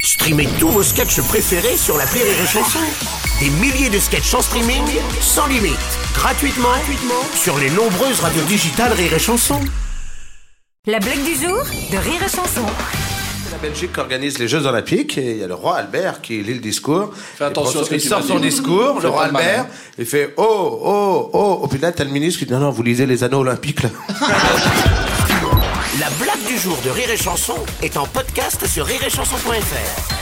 Streamez tous vos sketchs préférés sur la Rire et Chanson. Des milliers de sketchs en streaming, sans limite, gratuitement, gratuitement sur les nombreuses radios digitales Rire et Chanson. La blague du jour de Rire et Chanson. La Belgique organise les Jeux Olympiques et il y a le roi Albert qui lit le discours. Fais Il attention à ce que il tu sort vas son dire. discours, Fais le roi pas le malin. Albert, il fait Oh, oh, oh. Au final, t'as le ministre qui dit Non, non, vous lisez les anneaux olympiques là. La blague du jour de Rire et Chanson est en podcast sur rireetchanson.fr.